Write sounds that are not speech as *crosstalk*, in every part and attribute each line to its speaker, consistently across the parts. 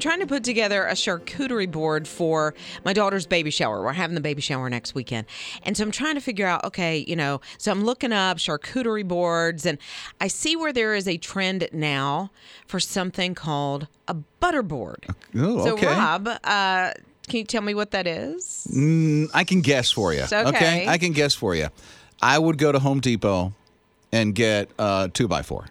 Speaker 1: trying to put together a charcuterie board for my daughter's baby shower. We're having the baby shower next weekend. And so I'm trying to figure out, okay, you know, so I'm looking up charcuterie boards and I see where there is a trend now for something called a butter board.
Speaker 2: Oh,
Speaker 1: so,
Speaker 2: okay.
Speaker 1: Rob, uh, can you tell me what that is?
Speaker 2: Mm, I can guess for you.
Speaker 1: Okay.
Speaker 2: I can guess for you. I would go to Home Depot and get a two by four.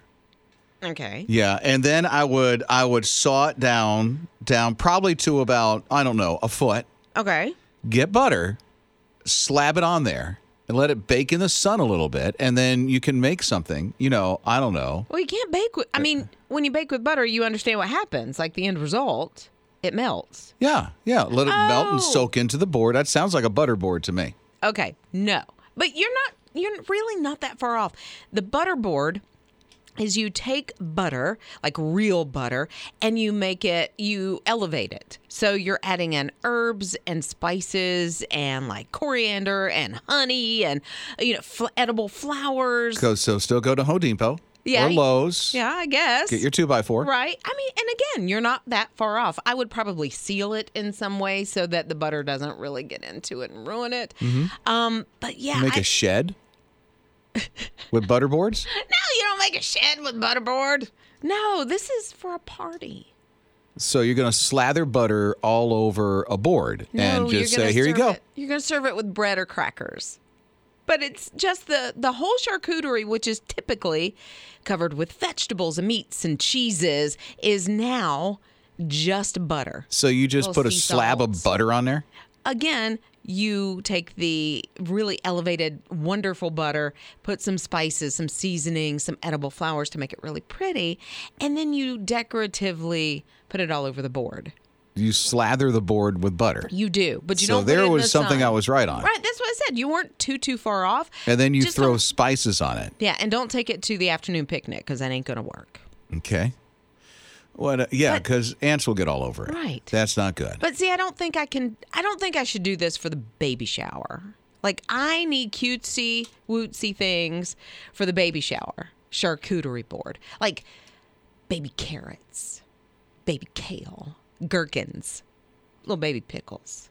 Speaker 1: Okay.
Speaker 2: Yeah, and then I would I would saw it down down probably to about I don't know a foot.
Speaker 1: Okay.
Speaker 2: Get butter, slab it on there, and let it bake in the sun a little bit, and then you can make something. You know, I don't know.
Speaker 1: Well, you can't bake with, I mean, when you bake with butter, you understand what happens. Like the end result, it melts.
Speaker 2: Yeah, yeah. Let it melt and
Speaker 1: Oh.
Speaker 2: soak into the board. That sounds like a butter board to me.
Speaker 1: Okay, no, but you're not. You're really not that far off. The butter board is you take butter, like real butter, and you make it. You elevate it. So you're adding in herbs and spices and like coriander and honey and you know fl- edible flowers.
Speaker 2: Go so still go to Home Depot
Speaker 1: Yeah,
Speaker 2: or Lowe's.
Speaker 1: Yeah, I guess.
Speaker 2: Get your two by four.
Speaker 1: Right. I mean, and again, you're not that far off. I would probably seal it in some way so that the butter doesn't really get into it and ruin it. Um, but yeah,
Speaker 2: Mm-hmm. Make
Speaker 1: I
Speaker 2: a shed with butter boards.
Speaker 1: No, you don't make a shed with butterboard. No, this is for a party.
Speaker 2: So you're gonna slather butter all over a board and
Speaker 1: no,
Speaker 2: just
Speaker 1: you're gonna
Speaker 2: say, "Here you
Speaker 1: serve
Speaker 2: go."
Speaker 1: it- You're going to serve it with bread or crackers. But it's just the the whole charcuterie, which is typically covered with vegetables and meats and cheeses, is now just butter.
Speaker 2: So you just
Speaker 1: Little
Speaker 2: put a
Speaker 1: sea
Speaker 2: slab
Speaker 1: salts.
Speaker 2: of butter on there?
Speaker 1: Again, you take the really elevated, wonderful butter, put some spices, some seasoning, some edible flowers to make it really pretty, and then you decoratively put it all over the board.
Speaker 2: You slather the board with butter.
Speaker 1: You do, but you
Speaker 2: So
Speaker 1: don't. put
Speaker 2: there
Speaker 1: it in
Speaker 2: was
Speaker 1: the
Speaker 2: something
Speaker 1: sun.
Speaker 2: I was right on.
Speaker 1: Right, that's what I said. You weren't too too far off.
Speaker 2: And then you
Speaker 1: Just
Speaker 2: throw
Speaker 1: don't-
Speaker 2: spices on it.
Speaker 1: yeah, and don't take it to the afternoon picnic because that ain't gonna work.
Speaker 2: Okay. What? uh, yeah,
Speaker 1: But-
Speaker 2: because ants will get all over it.
Speaker 1: Right.
Speaker 2: That's not good.
Speaker 1: But see, I don't think I can. I don't think I should do this for the baby shower. Like I need cutesy wootsy things for the baby shower charcuterie board, like baby carrots, baby kale, gherkins, little baby pickles.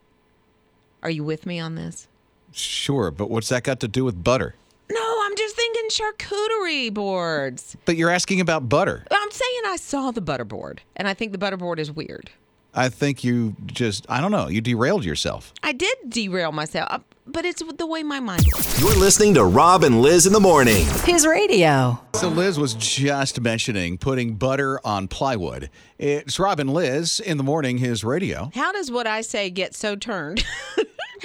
Speaker 1: Are you with me on this?
Speaker 2: sure, but what's that got to do with butter?
Speaker 1: No, I'm just thinking charcuterie boards.
Speaker 2: But you're asking about butter.
Speaker 1: I'm saying I saw the butterboard, and I think the butterboard is weird.
Speaker 2: I think you just, I don't know, you derailed yourself.
Speaker 1: I did derail myself, uh, but it's the way my mind works.
Speaker 3: You're listening to Rob and Liz in the morning.
Speaker 4: His radio.
Speaker 2: So Liz was just mentioning putting butter on plywood. It's Robin Liz in the morning, his radio.
Speaker 1: How does what I say get so turned? *laughs*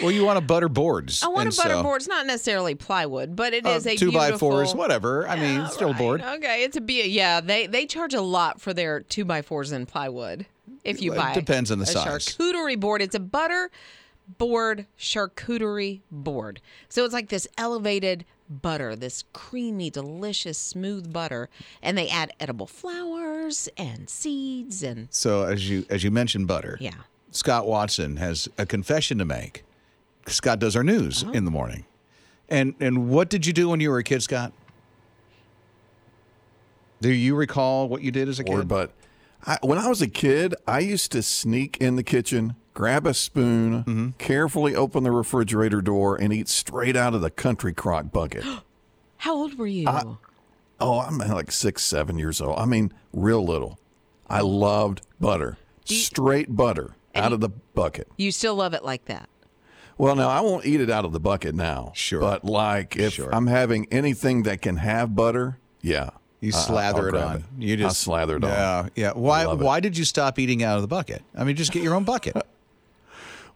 Speaker 2: Well, you want to butter boards.
Speaker 1: I want
Speaker 2: and
Speaker 1: a
Speaker 2: so-
Speaker 1: butterboard. It's not necessarily plywood, but it is a
Speaker 2: two by fours,
Speaker 1: beautiful-
Speaker 2: whatever. I mean,
Speaker 1: All
Speaker 2: still
Speaker 1: right,
Speaker 2: bored.
Speaker 1: Okay, it's a be yeah. They they charge a lot for their two by fours in plywood. If you
Speaker 2: It
Speaker 1: buy
Speaker 2: depends on the
Speaker 1: a
Speaker 2: size.
Speaker 1: charcuterie board, it's a butter board charcuterie board. So it's like this elevated butter, this creamy, delicious, smooth butter, and they add edible flowers and seeds and
Speaker 2: So as you as you mentioned butter,
Speaker 1: yeah.
Speaker 2: Scott Watson has a confession to make. Scott does our news
Speaker 1: Oh.
Speaker 2: in the morning. And and what did you do when you were a kid, Scott? Do you recall what you did as a
Speaker 5: Or,
Speaker 2: kid?
Speaker 5: but I, when I was a kid, I used to sneak in the kitchen, grab a spoon,
Speaker 2: Mm-hmm.
Speaker 5: carefully open the refrigerator door, and eat straight out of the country
Speaker 2: *gasps*
Speaker 5: crock bucket.
Speaker 1: How old were you?
Speaker 5: oh, I'm like six, seven years old. I mean, real little. I loved butter, straight butter out of the bucket.
Speaker 1: you still love it like that?
Speaker 5: Well, now I won't eat it out of the bucket now.
Speaker 2: Sure.
Speaker 5: But like if
Speaker 2: Sure.
Speaker 5: I'm having anything that can have butter, yeah.
Speaker 2: you
Speaker 5: I- I- Uh, I'll
Speaker 2: slather it
Speaker 5: grab
Speaker 2: on. You just
Speaker 5: I slather it on.
Speaker 2: Yeah, yeah. Why
Speaker 5: love it.
Speaker 2: why did you stop eating out of the bucket? I mean, just get your own
Speaker 1: *laughs*
Speaker 2: bucket.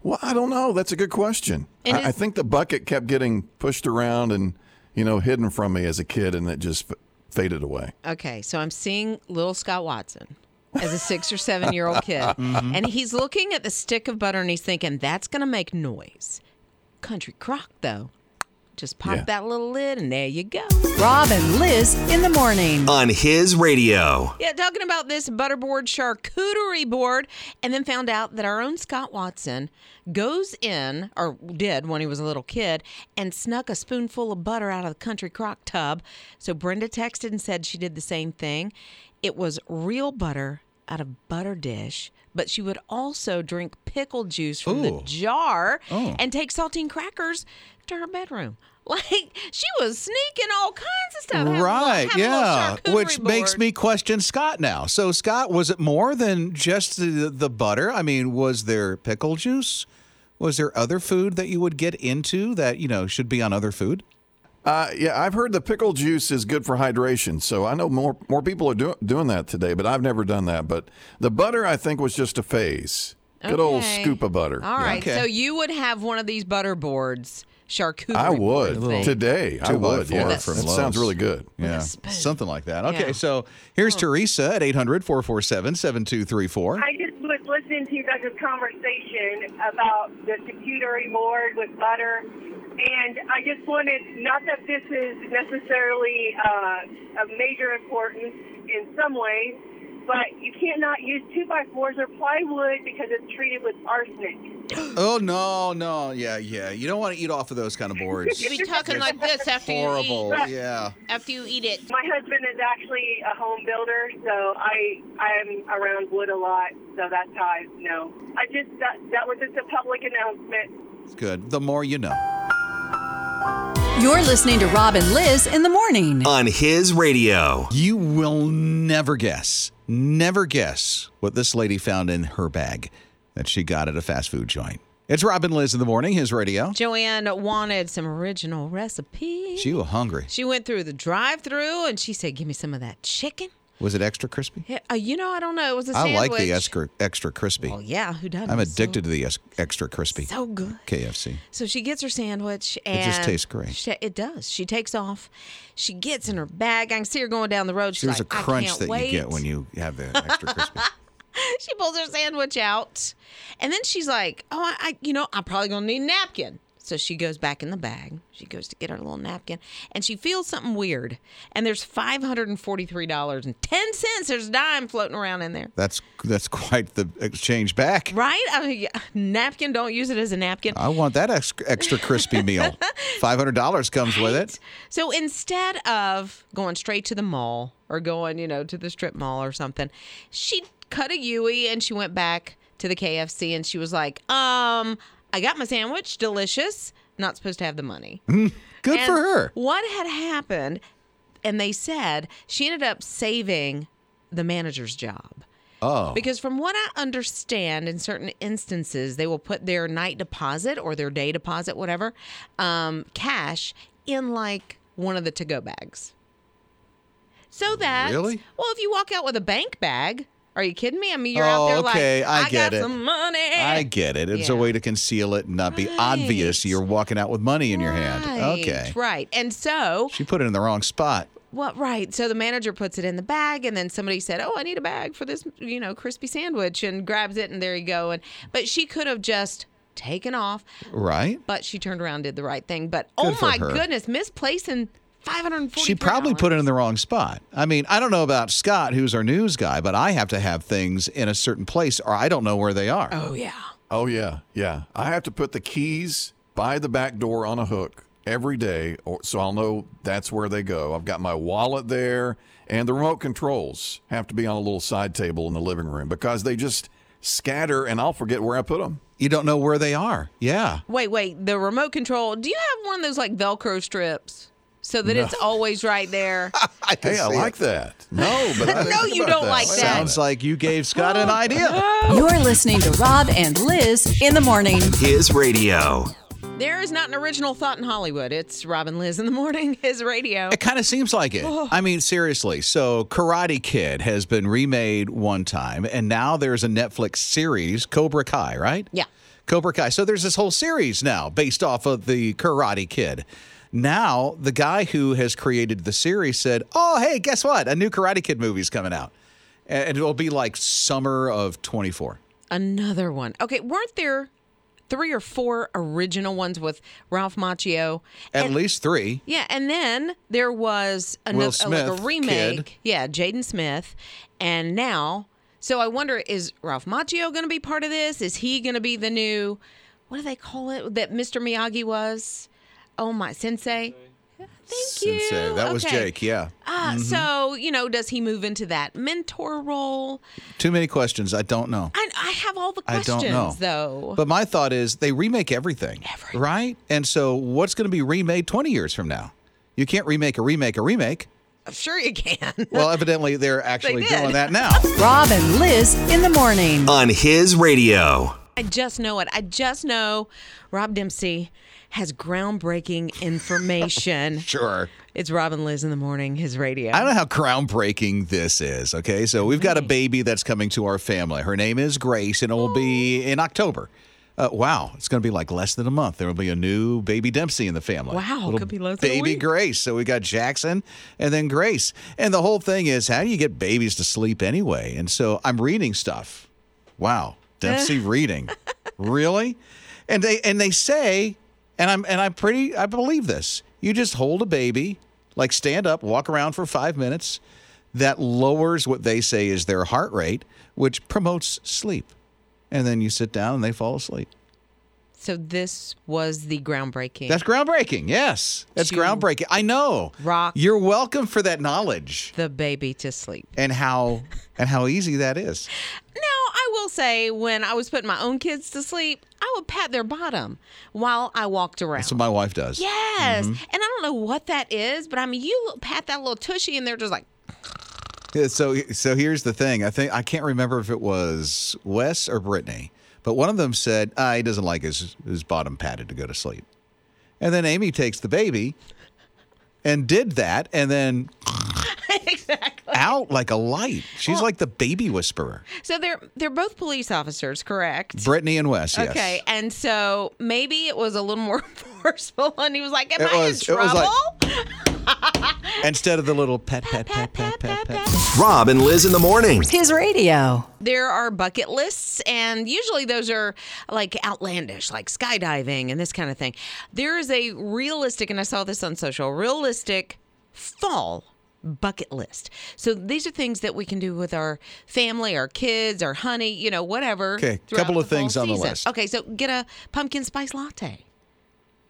Speaker 5: Well, I don't know. That's a good question.
Speaker 1: And
Speaker 5: I, I
Speaker 1: is-
Speaker 5: think the bucket kept getting pushed around and, you know, hidden from me as a kid and it just f- faded away.
Speaker 1: Okay, so I'm seeing little Scott Watson as a six or seven year old kid, and he's looking at the stick of butter and he's thinking, that's going to make noise. Country crock, though. Just pop
Speaker 5: Yeah.
Speaker 1: that little lid, and there you go.
Speaker 4: Rob and Liz in the morning.
Speaker 3: On his radio.
Speaker 1: Yeah, talking about this butterboard charcuterie board, and then found out that our own Scott Watson goes in, or did when he was a little kid, and snuck a spoonful of butter out of the country crock tub. So Brenda texted and said she did the same thing. It was real butter out of butter dish, but she would also drink pickle juice from the
Speaker 2: Ooh.
Speaker 1: jar
Speaker 2: Oh.
Speaker 1: and take saltine crackers to her bedroom. *laughs* Like she was sneaking all kinds of stuff. having a little-
Speaker 2: Right,
Speaker 1: having a little
Speaker 2: yeah,
Speaker 1: charcuterie
Speaker 2: which makes
Speaker 1: board.
Speaker 2: me question Scott now. So, Scott, was it more than just the, the butter? I mean, was there pickle juice? Was there other food that you would get into that you know should be on other food?
Speaker 5: Uh, yeah, I've heard the pickle juice is good for hydration, so I know more more people are do- doing that today, but I've never done that. But the butter, I think, was just a phase. Good old
Speaker 1: Okay.
Speaker 5: scoop of butter.
Speaker 1: All right,
Speaker 2: Okay.
Speaker 1: so you would have one of these butter boards, charcuterie.
Speaker 5: I would
Speaker 1: board thing.
Speaker 5: today. I
Speaker 2: Two by
Speaker 5: would.
Speaker 2: four
Speaker 5: Yeah, that
Speaker 2: from Lowe's.
Speaker 5: sounds really good.
Speaker 2: Yeah, Uh, something like that. Okay,
Speaker 1: Yeah. Oh.
Speaker 2: so here's Teresa at 800 447 7234.
Speaker 6: I just was listening to you guys' conversation about the charcuterie board with butter, and I just wanted, not that this is necessarily uh, of major importance in some ways, but you can't not use 2x4s or plywood because it's treated with arsenic.
Speaker 2: Oh, no, no. Yeah, yeah. You don't want to eat off of those kind of
Speaker 1: *laughs*
Speaker 2: boards.
Speaker 7: You be talking like this after
Speaker 2: Horrible.
Speaker 7: you eat.
Speaker 2: Yeah.
Speaker 7: After you eat it.
Speaker 6: My husband is actually a home builder, so I I'm around wood a lot, so that's how I know. I just, that, that was just a public announcement.
Speaker 2: It's good. The more you know.
Speaker 4: You're listening to Rob and Liz in the morning.
Speaker 3: on his radio.
Speaker 2: You will never guess, never guess what this lady found in her bag that she got at a fast food joint. It's Robin Liz in the morning, his radio.
Speaker 1: Joanne wanted some original recipe.
Speaker 2: She was hungry.
Speaker 1: She went through the drive-through and she said, "Give me some of that chicken."
Speaker 2: Was it extra crispy?
Speaker 1: Yeah, uh, you know, I don't know. It was a
Speaker 2: I
Speaker 1: sandwich.
Speaker 2: like the extra, extra crispy.
Speaker 1: Well, yeah, who doesn't?
Speaker 2: I'm
Speaker 1: It's so-
Speaker 2: addicted to the es- extra crispy.
Speaker 1: So good.
Speaker 2: KFC.
Speaker 1: So she gets her sandwich and
Speaker 2: It just tastes great.
Speaker 1: she- it does. She takes off. She gets in her bag. I can see her going down the road. She's
Speaker 2: There's
Speaker 1: like,
Speaker 2: a
Speaker 1: I
Speaker 2: crunch
Speaker 1: can't
Speaker 2: that
Speaker 1: wait.
Speaker 2: you get when you have the extra
Speaker 1: *laughs*
Speaker 2: crispy.
Speaker 1: she pulls her sandwich out and then she's like oh i, I you know i'm probably gonna need a napkin so she goes back in the bag she goes to get her little napkin and she feels something weird and there's $543.10 there's a dime floating around in there
Speaker 2: that's that's quite the exchange back.
Speaker 1: right i mean yeah, napkin don't use it as a napkin
Speaker 2: I want that ex- extra
Speaker 1: *laughs*
Speaker 2: crispy meal. Five hundred dollars comes with it.
Speaker 1: So instead of going straight to the mall or going, you know, to the strip mall or something, she cut a Yui and she went back to the KFC and she was like, um, I got my sandwich, delicious. Not supposed to have the money.
Speaker 2: Good for
Speaker 1: And
Speaker 2: her.
Speaker 1: What had happened, and they said she ended up saving the manager's job.
Speaker 2: Oh,
Speaker 1: Because from what I understand, in certain instances, they will put their night deposit or their day deposit, whatever, um, cash in like one of the to go bags. So that,
Speaker 2: Really?
Speaker 1: well, if you walk out with a bank bag, are you kidding me? I mean, you're out
Speaker 2: Oh,
Speaker 1: there
Speaker 2: okay,
Speaker 1: like,
Speaker 2: I get
Speaker 1: got
Speaker 2: it.
Speaker 1: some money.
Speaker 2: I get it. It's a
Speaker 1: Eh, Yeah.
Speaker 2: way to conceal it and not be obvious.
Speaker 1: Right.
Speaker 2: You're walking out with money in your hand.
Speaker 1: Right,
Speaker 2: Okay.
Speaker 1: Right. And so,
Speaker 2: She put it in the wrong spot.
Speaker 1: Well, right. So the manager puts it in the bag, and then somebody said, "Oh, I need a bag for this, you know, crispy sandwich," and grabs it, and there you go. And but she could have just taken off,
Speaker 2: Right?
Speaker 1: but she turned around, and did the right thing. But
Speaker 2: Good
Speaker 1: oh
Speaker 2: for
Speaker 1: my
Speaker 2: her.
Speaker 1: goodness, misplacing five hundred forty.
Speaker 2: She probably put it in the wrong spot. I mean, I don't know about Scott, who's our news guy, but I have to have things in a certain place or I don't know where they are.
Speaker 1: Oh yeah.
Speaker 5: Oh yeah, yeah. I have to put the keys by the back door on a hook every day, or, so I'll know that's where they go. I've got my wallet there, and the remote controls have to be on a little side table in the living room because they just scatter, and I'll forget where I put them.
Speaker 2: You don't know where they are. Yeah.
Speaker 1: Wait, wait. The remote control. Do you have one of those like Velcro strips so that
Speaker 2: *laughs*
Speaker 1: it's always right there?
Speaker 2: I can
Speaker 5: Hey, I
Speaker 2: see
Speaker 5: like
Speaker 2: it.
Speaker 5: that. No, but I
Speaker 1: *laughs*
Speaker 5: didn't
Speaker 1: No,
Speaker 5: think
Speaker 1: you
Speaker 5: about
Speaker 1: don't like
Speaker 5: Wait a
Speaker 1: that.
Speaker 5: minute.
Speaker 2: Sounds like you gave Scott
Speaker 1: *laughs*
Speaker 2: an idea.
Speaker 4: You're listening to Rob and Liz in the morning.
Speaker 3: His radio.
Speaker 1: there is not an original thought in Hollywood. It's Robin Liz in the morning. *laughs* His radio.
Speaker 2: It kind of seems like it. I mean, seriously. So, Karate Kid has been remade one time, and now there's a Netflix series, Cobra Kai, right?
Speaker 1: Yeah.
Speaker 2: Cobra Kai. So, there's this whole series now based off of the Karate Kid. Now, the guy who has created the series said, Oh, hey, guess what? A new Karate Kid movie's coming out. And it'll be like summer of 24.
Speaker 1: Another one. Okay, weren't there three or four original ones with Ralph Macchio?
Speaker 2: At least three.
Speaker 1: Yeah, and then there was another like
Speaker 2: Smith,
Speaker 1: a remake.
Speaker 2: kid.
Speaker 1: Yeah, Jaden Smith, and now. So I wonder, is Ralph Macchio going to be part of this? Is he going to be the new? What do they call it that Mr. Miyagi was? Oh my sensei. Thank you.
Speaker 2: Sensei. uh, That was
Speaker 1: Okay.
Speaker 2: Jake, yeah.
Speaker 1: Uh, So, you know, does he move into that mentor role?
Speaker 2: Too many questions. I don't know.
Speaker 1: I, I have all the
Speaker 2: I
Speaker 1: questions,
Speaker 2: don't know.
Speaker 1: though.
Speaker 2: But my thought is they remake everything,
Speaker 1: Everything.
Speaker 2: right? And so what's going to be remade 20 years from now? You can't remake a remake a remake.
Speaker 1: I'm sure you can. *laughs*
Speaker 2: Well, evidently they're actually
Speaker 1: did.
Speaker 2: doing
Speaker 1: *laughs*
Speaker 2: that now.
Speaker 4: Rob and Liz in the morning.
Speaker 3: on his radio.
Speaker 1: I just know it. I just know Rob Dempsey has groundbreaking
Speaker 2: *laughs*
Speaker 1: information.
Speaker 2: sure.
Speaker 1: It's Rob and Liz in the morning, his radio.
Speaker 2: I don't know how groundbreaking this is. Okay, so we've
Speaker 1: Mm-hmm.
Speaker 2: got a baby that's coming to our family. Her name is Grace, and it will
Speaker 1: Oh.
Speaker 2: be in October. Uh, wow, it's going to be like less than a month. There will be a new baby Dempsey in the family.
Speaker 1: Wow, it
Speaker 2: Little
Speaker 1: could be less than a
Speaker 2: baby
Speaker 1: week.
Speaker 2: Grace. So we got Jackson and then Grace, and the whole thing is how do you get babies to sleep anyway? And so I'm reading stuff. Wow,
Speaker 1: *laughs*
Speaker 2: Dempsey reading, really? And they and they say, and I'm and I'm pretty I believe this. You just hold a baby, like stand up, walk around for five minutes. That lowers what they say is their heart rate, which promotes sleep. And then you sit down and they fall asleep.
Speaker 1: so this was the groundbreaking.
Speaker 2: That's groundbreaking. Yes, that's
Speaker 1: To
Speaker 2: groundbreaking. I know.
Speaker 1: rock-
Speaker 2: You're welcome for that knowledge
Speaker 1: the baby to sleep.
Speaker 2: and how and how easy that is.
Speaker 1: Now, I will say, when I was putting my own kids to sleep, I would pat their bottom while I walked around.
Speaker 2: That's Mm-hmm. what my wife does.
Speaker 1: yes. And I don't know what that is, but I mean, you look- pat that little tushy and they're just like,
Speaker 2: Yeah, so so here's the thing. I think I can't remember if it was Wes or Brittany, but one of them said ah, he doesn't like his his bottom padded to go to sleep, and then Amy takes the baby and did that,
Speaker 1: *laughs*
Speaker 2: and then out like a light. She's like the baby whisperer.
Speaker 1: so they're they're both police officers, correct?
Speaker 2: Brittany and Wes. Yes.
Speaker 1: Okay, and so maybe it was a little more *laughs* forceful, and he was like, "Am
Speaker 2: It
Speaker 1: I
Speaker 2: was- it
Speaker 1: in
Speaker 2: was
Speaker 1: trouble?"
Speaker 2: like- Instead of the little pet pet pet pet pet pet.
Speaker 3: Rob and Liz in the morning.
Speaker 4: His radio.
Speaker 1: there are bucket lists, and usually those are like outlandish, like skydiving and this kind of thing. There is a realistic, and I saw this on social, realistic fall bucket list. So these are things that we can do with our family, our kids, our honey, you know, whatever.
Speaker 2: Okay,
Speaker 1: throughout
Speaker 2: couple of
Speaker 1: the fall
Speaker 2: things on the
Speaker 1: season.
Speaker 2: list.
Speaker 1: Okay, so get a pumpkin spice latte.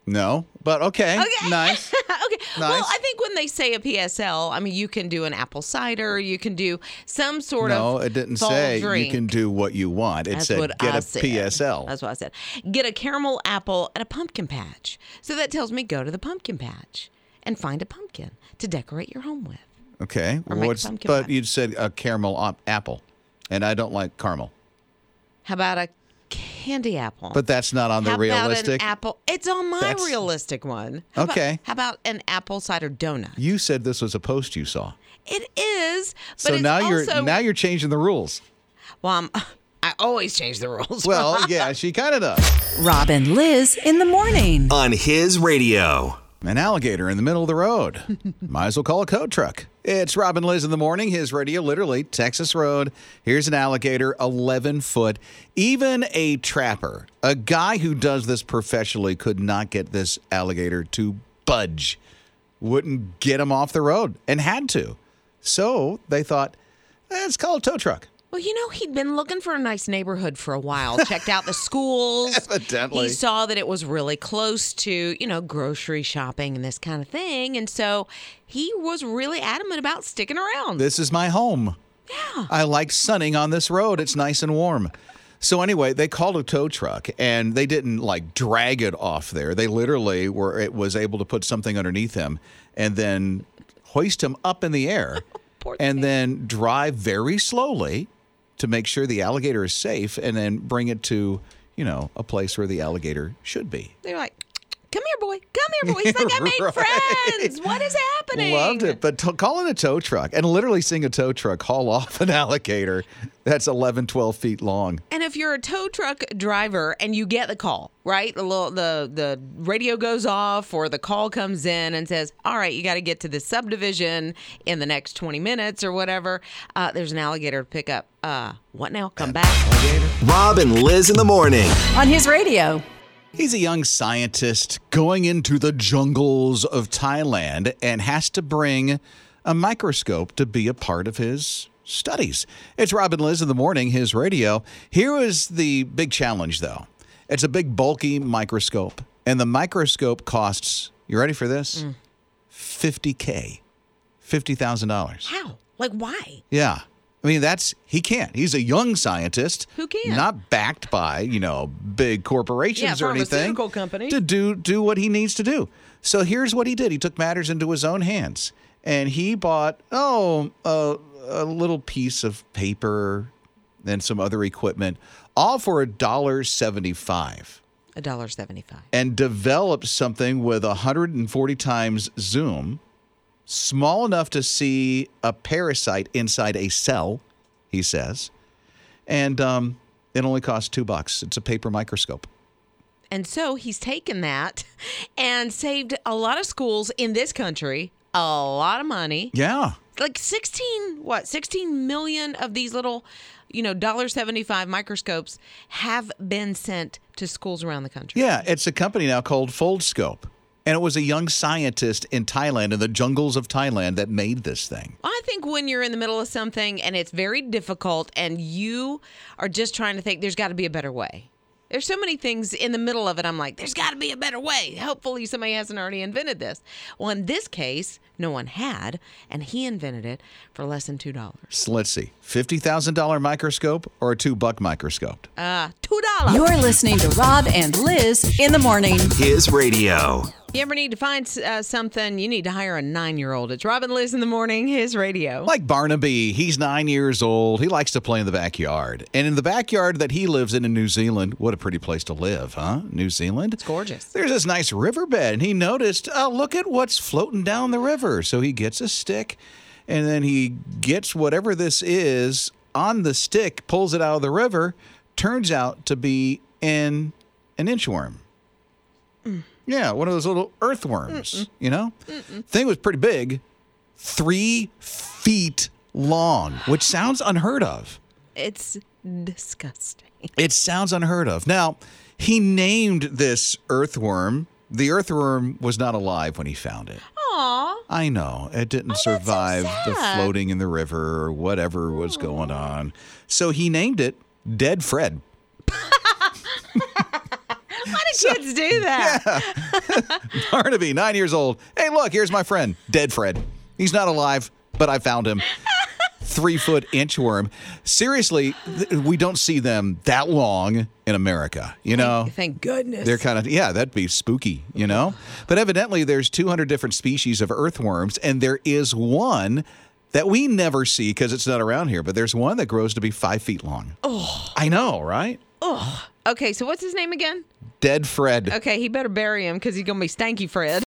Speaker 2: No, but okay,
Speaker 1: Okay.
Speaker 2: nice.
Speaker 1: okay. Well,
Speaker 2: Nice.
Speaker 1: I think when they say a PSL, I mean you can do an apple cider, you can do some *laughs* sort
Speaker 2: No,
Speaker 1: of
Speaker 2: it didn't
Speaker 1: fall
Speaker 2: say
Speaker 1: drink.
Speaker 2: you can do what you want. It
Speaker 1: That's
Speaker 2: said
Speaker 1: what
Speaker 2: get
Speaker 1: I
Speaker 2: a
Speaker 1: said.
Speaker 2: PSL.
Speaker 1: That's what I said. Get a caramel apple and a pumpkin patch. So that tells me go to the pumpkin patch and find a pumpkin to decorate your home with.
Speaker 2: Okay.
Speaker 1: Or make
Speaker 2: What's,
Speaker 1: pumpkin
Speaker 2: but
Speaker 1: pie.
Speaker 2: you said a caramel op- apple, and I don't like caramel.
Speaker 1: How about a candy apple?
Speaker 2: But that's not on the
Speaker 1: How
Speaker 2: realistic.
Speaker 1: about an apple? It's on my
Speaker 2: That's-
Speaker 1: realistic one. How about-
Speaker 2: Okay.
Speaker 1: how about an apple cider donut?
Speaker 2: you said this was a post you saw.
Speaker 1: It is, but
Speaker 2: So
Speaker 1: it's
Speaker 2: now
Speaker 1: also-
Speaker 2: you're now you're changing the rules.
Speaker 1: Well, I'm, *laughs* I always change the rules. *laughs*
Speaker 2: Well, yeah, she kind of does.
Speaker 4: Rob and Liz in the morning.
Speaker 3: On his radio.
Speaker 2: An alligator in the middle of the road. Might as well call a code truck. It's Robin Liz in the morning. His radio, literally Texas Road. Here's an alligator, 11 foot. Even a trapper, a guy who does this professionally, could not get this alligator to budge. wouldn't get him off the road and had to. So they thought, let's call a tow truck.
Speaker 1: well, you know, he'd been looking for a nice neighborhood for a while. Checked out the schools.
Speaker 2: *laughs* Evidently.
Speaker 1: He saw that it was really close to, you know, grocery shopping and this kind of thing. And so he was really adamant about sticking around.
Speaker 2: This is my home. Yeah. I like sunning on this road. It's nice and warm. So anyway, they called a tow truck and they didn't like drag it off there. They literally were it was able to put something underneath him and then hoist him up in the air and then drive very slowly to make sure the alligator is safe and then bring it to, you know, a place where the alligator should be.
Speaker 1: They're like, come here, boy. Come here, boy. He's like, I
Speaker 2: *laughs*
Speaker 1: made friends. What is happening?
Speaker 2: Loved it, but to- calling a tow truck and literally seeing a tow truck haul off an alligator that's 11, 12 feet long.
Speaker 1: And if you're a tow truck driver and you get the call, right? The little, the the radio goes off or the call comes in and says, "All right, you got to get to this subdivision in the next 20 minutes or whatever." Uh, there's an alligator to pick up. Uh, what now? Come back.
Speaker 3: Rob and Liz in the morning.
Speaker 4: On his radio.
Speaker 2: He's a young scientist going into the jungles of Thailand and has to bring a microscope to be a part of his studies. It's Robin Liz in the morning, his radio. Here is the big challenge, though it's a big, bulky microscope,
Speaker 1: Mm.
Speaker 2: and the microscope costs, you ready for this? 50K. fifty thousand dollars.
Speaker 1: How? Like why?
Speaker 2: Yeah. I mean, that's he can't. He's a young scientist
Speaker 1: Who can?
Speaker 2: not backed by you know big corporations
Speaker 1: Yeah,
Speaker 2: or anything
Speaker 1: pharmaceutical company.
Speaker 2: to do do what he needs to do. So here's what he did: he took matters into his own hands, and he bought oh a, a little piece of paper and some other equipment, all for a dollar seventy-five
Speaker 1: A dollar seventy-five.
Speaker 2: and developed something with 140 times zoom, small enough to see a parasite inside a cell, he says. And um, it only costs two bucks. It's a paper microscope.
Speaker 1: And so he's taken that and saved a lot of schools in this country a lot of money.
Speaker 2: Yeah.
Speaker 1: Like 16, what, 16 million of these little, you know, $1.75 microscopes have been sent to schools around the country.
Speaker 2: Yeah. It's a company now called Foldscope. And it was a young scientist in Thailand, in the jungles of Thailand, that made this thing.
Speaker 1: I think when you're in the middle of something and it's very difficult and you are just trying to think there's got to be a better way. There's so many things in the middle of it. I'm like, there's got to be a better way. Hopefully, somebody hasn't already invented this. Well, in this case, no one had, and he invented it for less than two dollars.
Speaker 2: So let's see $50,000 microscope or a two buck microscope?
Speaker 1: Uh, two dollars.
Speaker 4: You're listening to Rob and Liz in the morning.
Speaker 3: His radio.
Speaker 1: You ever need to find uh, something? You need to hire a nine-year-old. It's Robin Liz in the morning. His radio.
Speaker 2: Like Barnaby, he's nine years old. He likes to play in the backyard. And in the backyard that he lives in in New Zealand, what a pretty place to live, huh? New Zealand? It's
Speaker 1: gorgeous.
Speaker 2: There's this nice riverbed, and he noticed, oh, look at what's floating down the river. So he gets a stick, and then he gets whatever this is on the stick, pulls it out of the river, turns out to be an, an inchworm. Yeah, one of those little earthworms, you know? Thing was pretty big, three feet long, which sounds unheard of.
Speaker 1: It's disgusting.
Speaker 2: It sounds unheard of. Now, he named this earthworm. The earthworm was not alive when he found it.
Speaker 1: Aw. Oh,
Speaker 2: I know. It didn't survive the
Speaker 1: sad.
Speaker 2: floating in the river or whatever was going on. So he named it Dead Fred. *laughs*
Speaker 1: Why *laughs* do kids do that?
Speaker 2: Barnaby, nine years old. Hey, look, here's my friend, Dead Fred. He's not alive, but I
Speaker 1: *laughs*
Speaker 2: found him. Three foot inchworm. Seriously, th- we don't see them that long in America, you know?
Speaker 1: Thank goodness.
Speaker 2: They're kind of, yeah, that'd be spooky, you know? But evidently, there's 200 different species of earthworms, and there is one that we never see because it's not around here, but there's one that grows to be five feet long. Oh. I know, right?
Speaker 1: Okay, so what's his name again?
Speaker 2: Dead Fred.
Speaker 1: Okay, he better bury him because he's gonna be stanky Fred.